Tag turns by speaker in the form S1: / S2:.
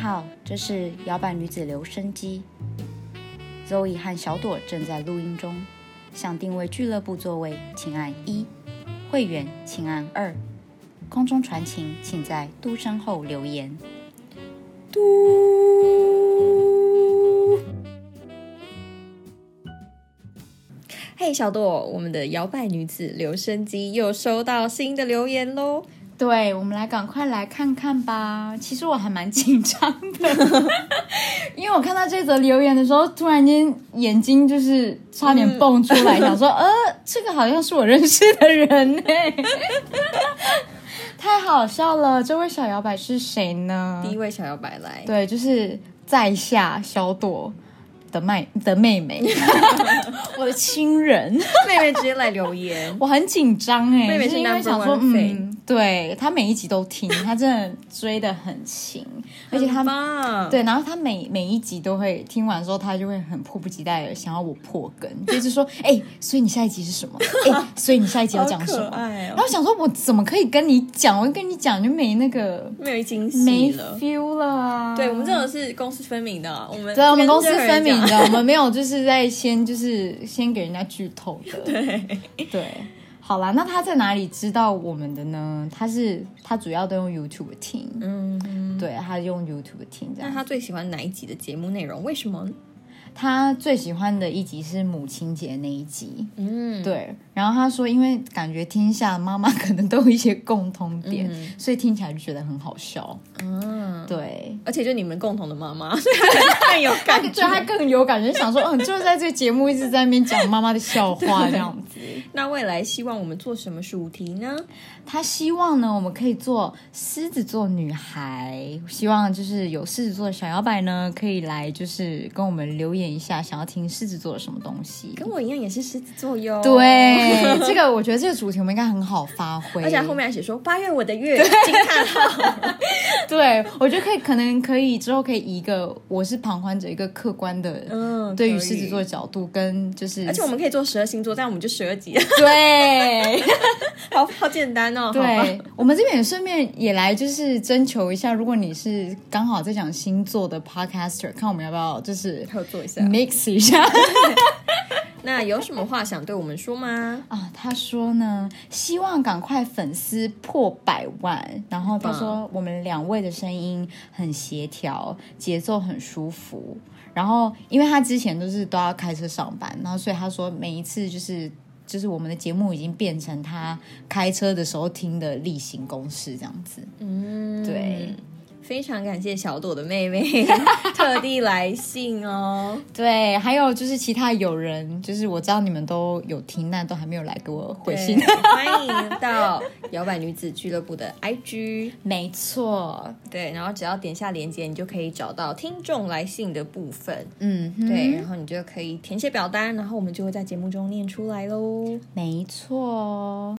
S1: 好，这是摇摆女子留声机。Zoe 和小朵正在录音中。想定位俱乐部座位，请按一；会员，请按二；空中传情，请在嘟声后留言。
S2: 嘟。嘿，小朵，我们的摇摆女子留声机又收到新的留言喽！
S1: 对，我们来赶快来看看吧。其实我还蛮紧张的， 因为我看到这则留言的时候，突然间眼睛就是差点蹦出来，想说，呃，这个好像是我认识的人 呢、太好笑了！这位小摇摆是谁呢？
S2: 第一位小摇摆来，
S1: 对，就是在下小朵的妹的妹妹， 我的亲人，
S2: 妹妹直接来留言，
S1: 我很紧张哎、
S2: 妹妹
S1: 就是因为
S2: number
S1: 想说，
S2: one
S1: 嗯，对她每一集都听，她真的追的很 勤，而且她
S2: 很棒，
S1: 对，然后她每每一集都会听完之后，她就会很迫不及待的想要我破梗，就是说，哎、所以你下一集 是什么？哎、所以你下一集要讲什
S2: 好可
S1: 么？
S2: 爱哦
S1: 然后想说，我怎么可以跟你讲？我跟你讲就没那个
S2: 没有惊
S1: 没
S2: 喜了。
S1: feel 了啊！
S2: 对我们这种是公私分明的啊，我们
S1: 对，我们
S2: 跟
S1: 公私
S2: 任何人
S1: 分明
S2: 讲
S1: 的，我们没有就是在先就是先给人家剧透 的。对好啦，那他在哪里知道我们的呢？他是他主要都用 YouTube 听，
S2: 嗯，
S1: 对他用 YouTube 听这
S2: 那
S1: 样。
S2: 他最喜欢哪一集的节目内容？为什么？
S1: 他最喜欢的一集是母亲节那一集，
S2: 嗯，
S1: 对。然后他说，因为感觉听一下妈妈可能都有一些共通点，
S2: 嗯
S1: 所以听起来就觉得很好笑。
S2: 嗯，
S1: 对，
S2: 而且就你们共同的妈妈， 所以他很有感觉
S1: 就。他更有感觉，想说，嗯，就是在这个节目一直在那边讲妈妈的笑 话这样子。
S2: 那未来希望我们做什么主题呢？
S1: 他希望呢，我们可以做狮子座女孩，希望就是有狮子座的小摇摆呢，可以来就是跟我们留言一下，想要听狮子座的什么东西。
S2: 跟我一样也是狮子座哟。，
S1: 对，这个我觉得这个主题我们应该很好发 挥，
S2: 而且后面还写说八月我的月惊叹 号，
S1: 对我觉得可以，可能可以之后可以以一个我是旁观者，一个客观的，
S2: 嗯
S1: 对
S2: 可
S1: 于
S2: 以
S1: 狮子座的角度跟就是，
S2: 而且我们可以做十二星座，但我们就十二集，
S1: 对。
S2: 好好简单哦。好吧
S1: 对，我们这边也顺便也来就是征求一下，如果你是刚好在讲星座的 podcaster，看我们要不要就是
S2: 合作一下。
S1: mix 一下
S2: 那有什么话想对我们说吗？
S1: 啊。他说呢，希望赶快粉丝破百万，然后他说我们两位的声音很协调，节奏很舒服。然后，因为他之前都是都要开车上班，然后所以他说每一次就是就是我们的节目已经变成他开车的时候听的例行公事这样子。
S2: 嗯，
S1: 对。
S2: 非常感谢小朵的妹 妹特地来信哦，
S1: 对，还有就是其他友人，就是我知道你们都有听，但都还没有来给我回信
S2: 对。欢迎到摇摆女子俱乐部的 IG，
S1: 没错，
S2: 对，然后只要点下链接，你就可以找到听众来信的部分，
S1: 嗯哼，
S2: 对，然后你就可以填写表单，然后我们就会在节目中念出来喽。
S1: 没错。哦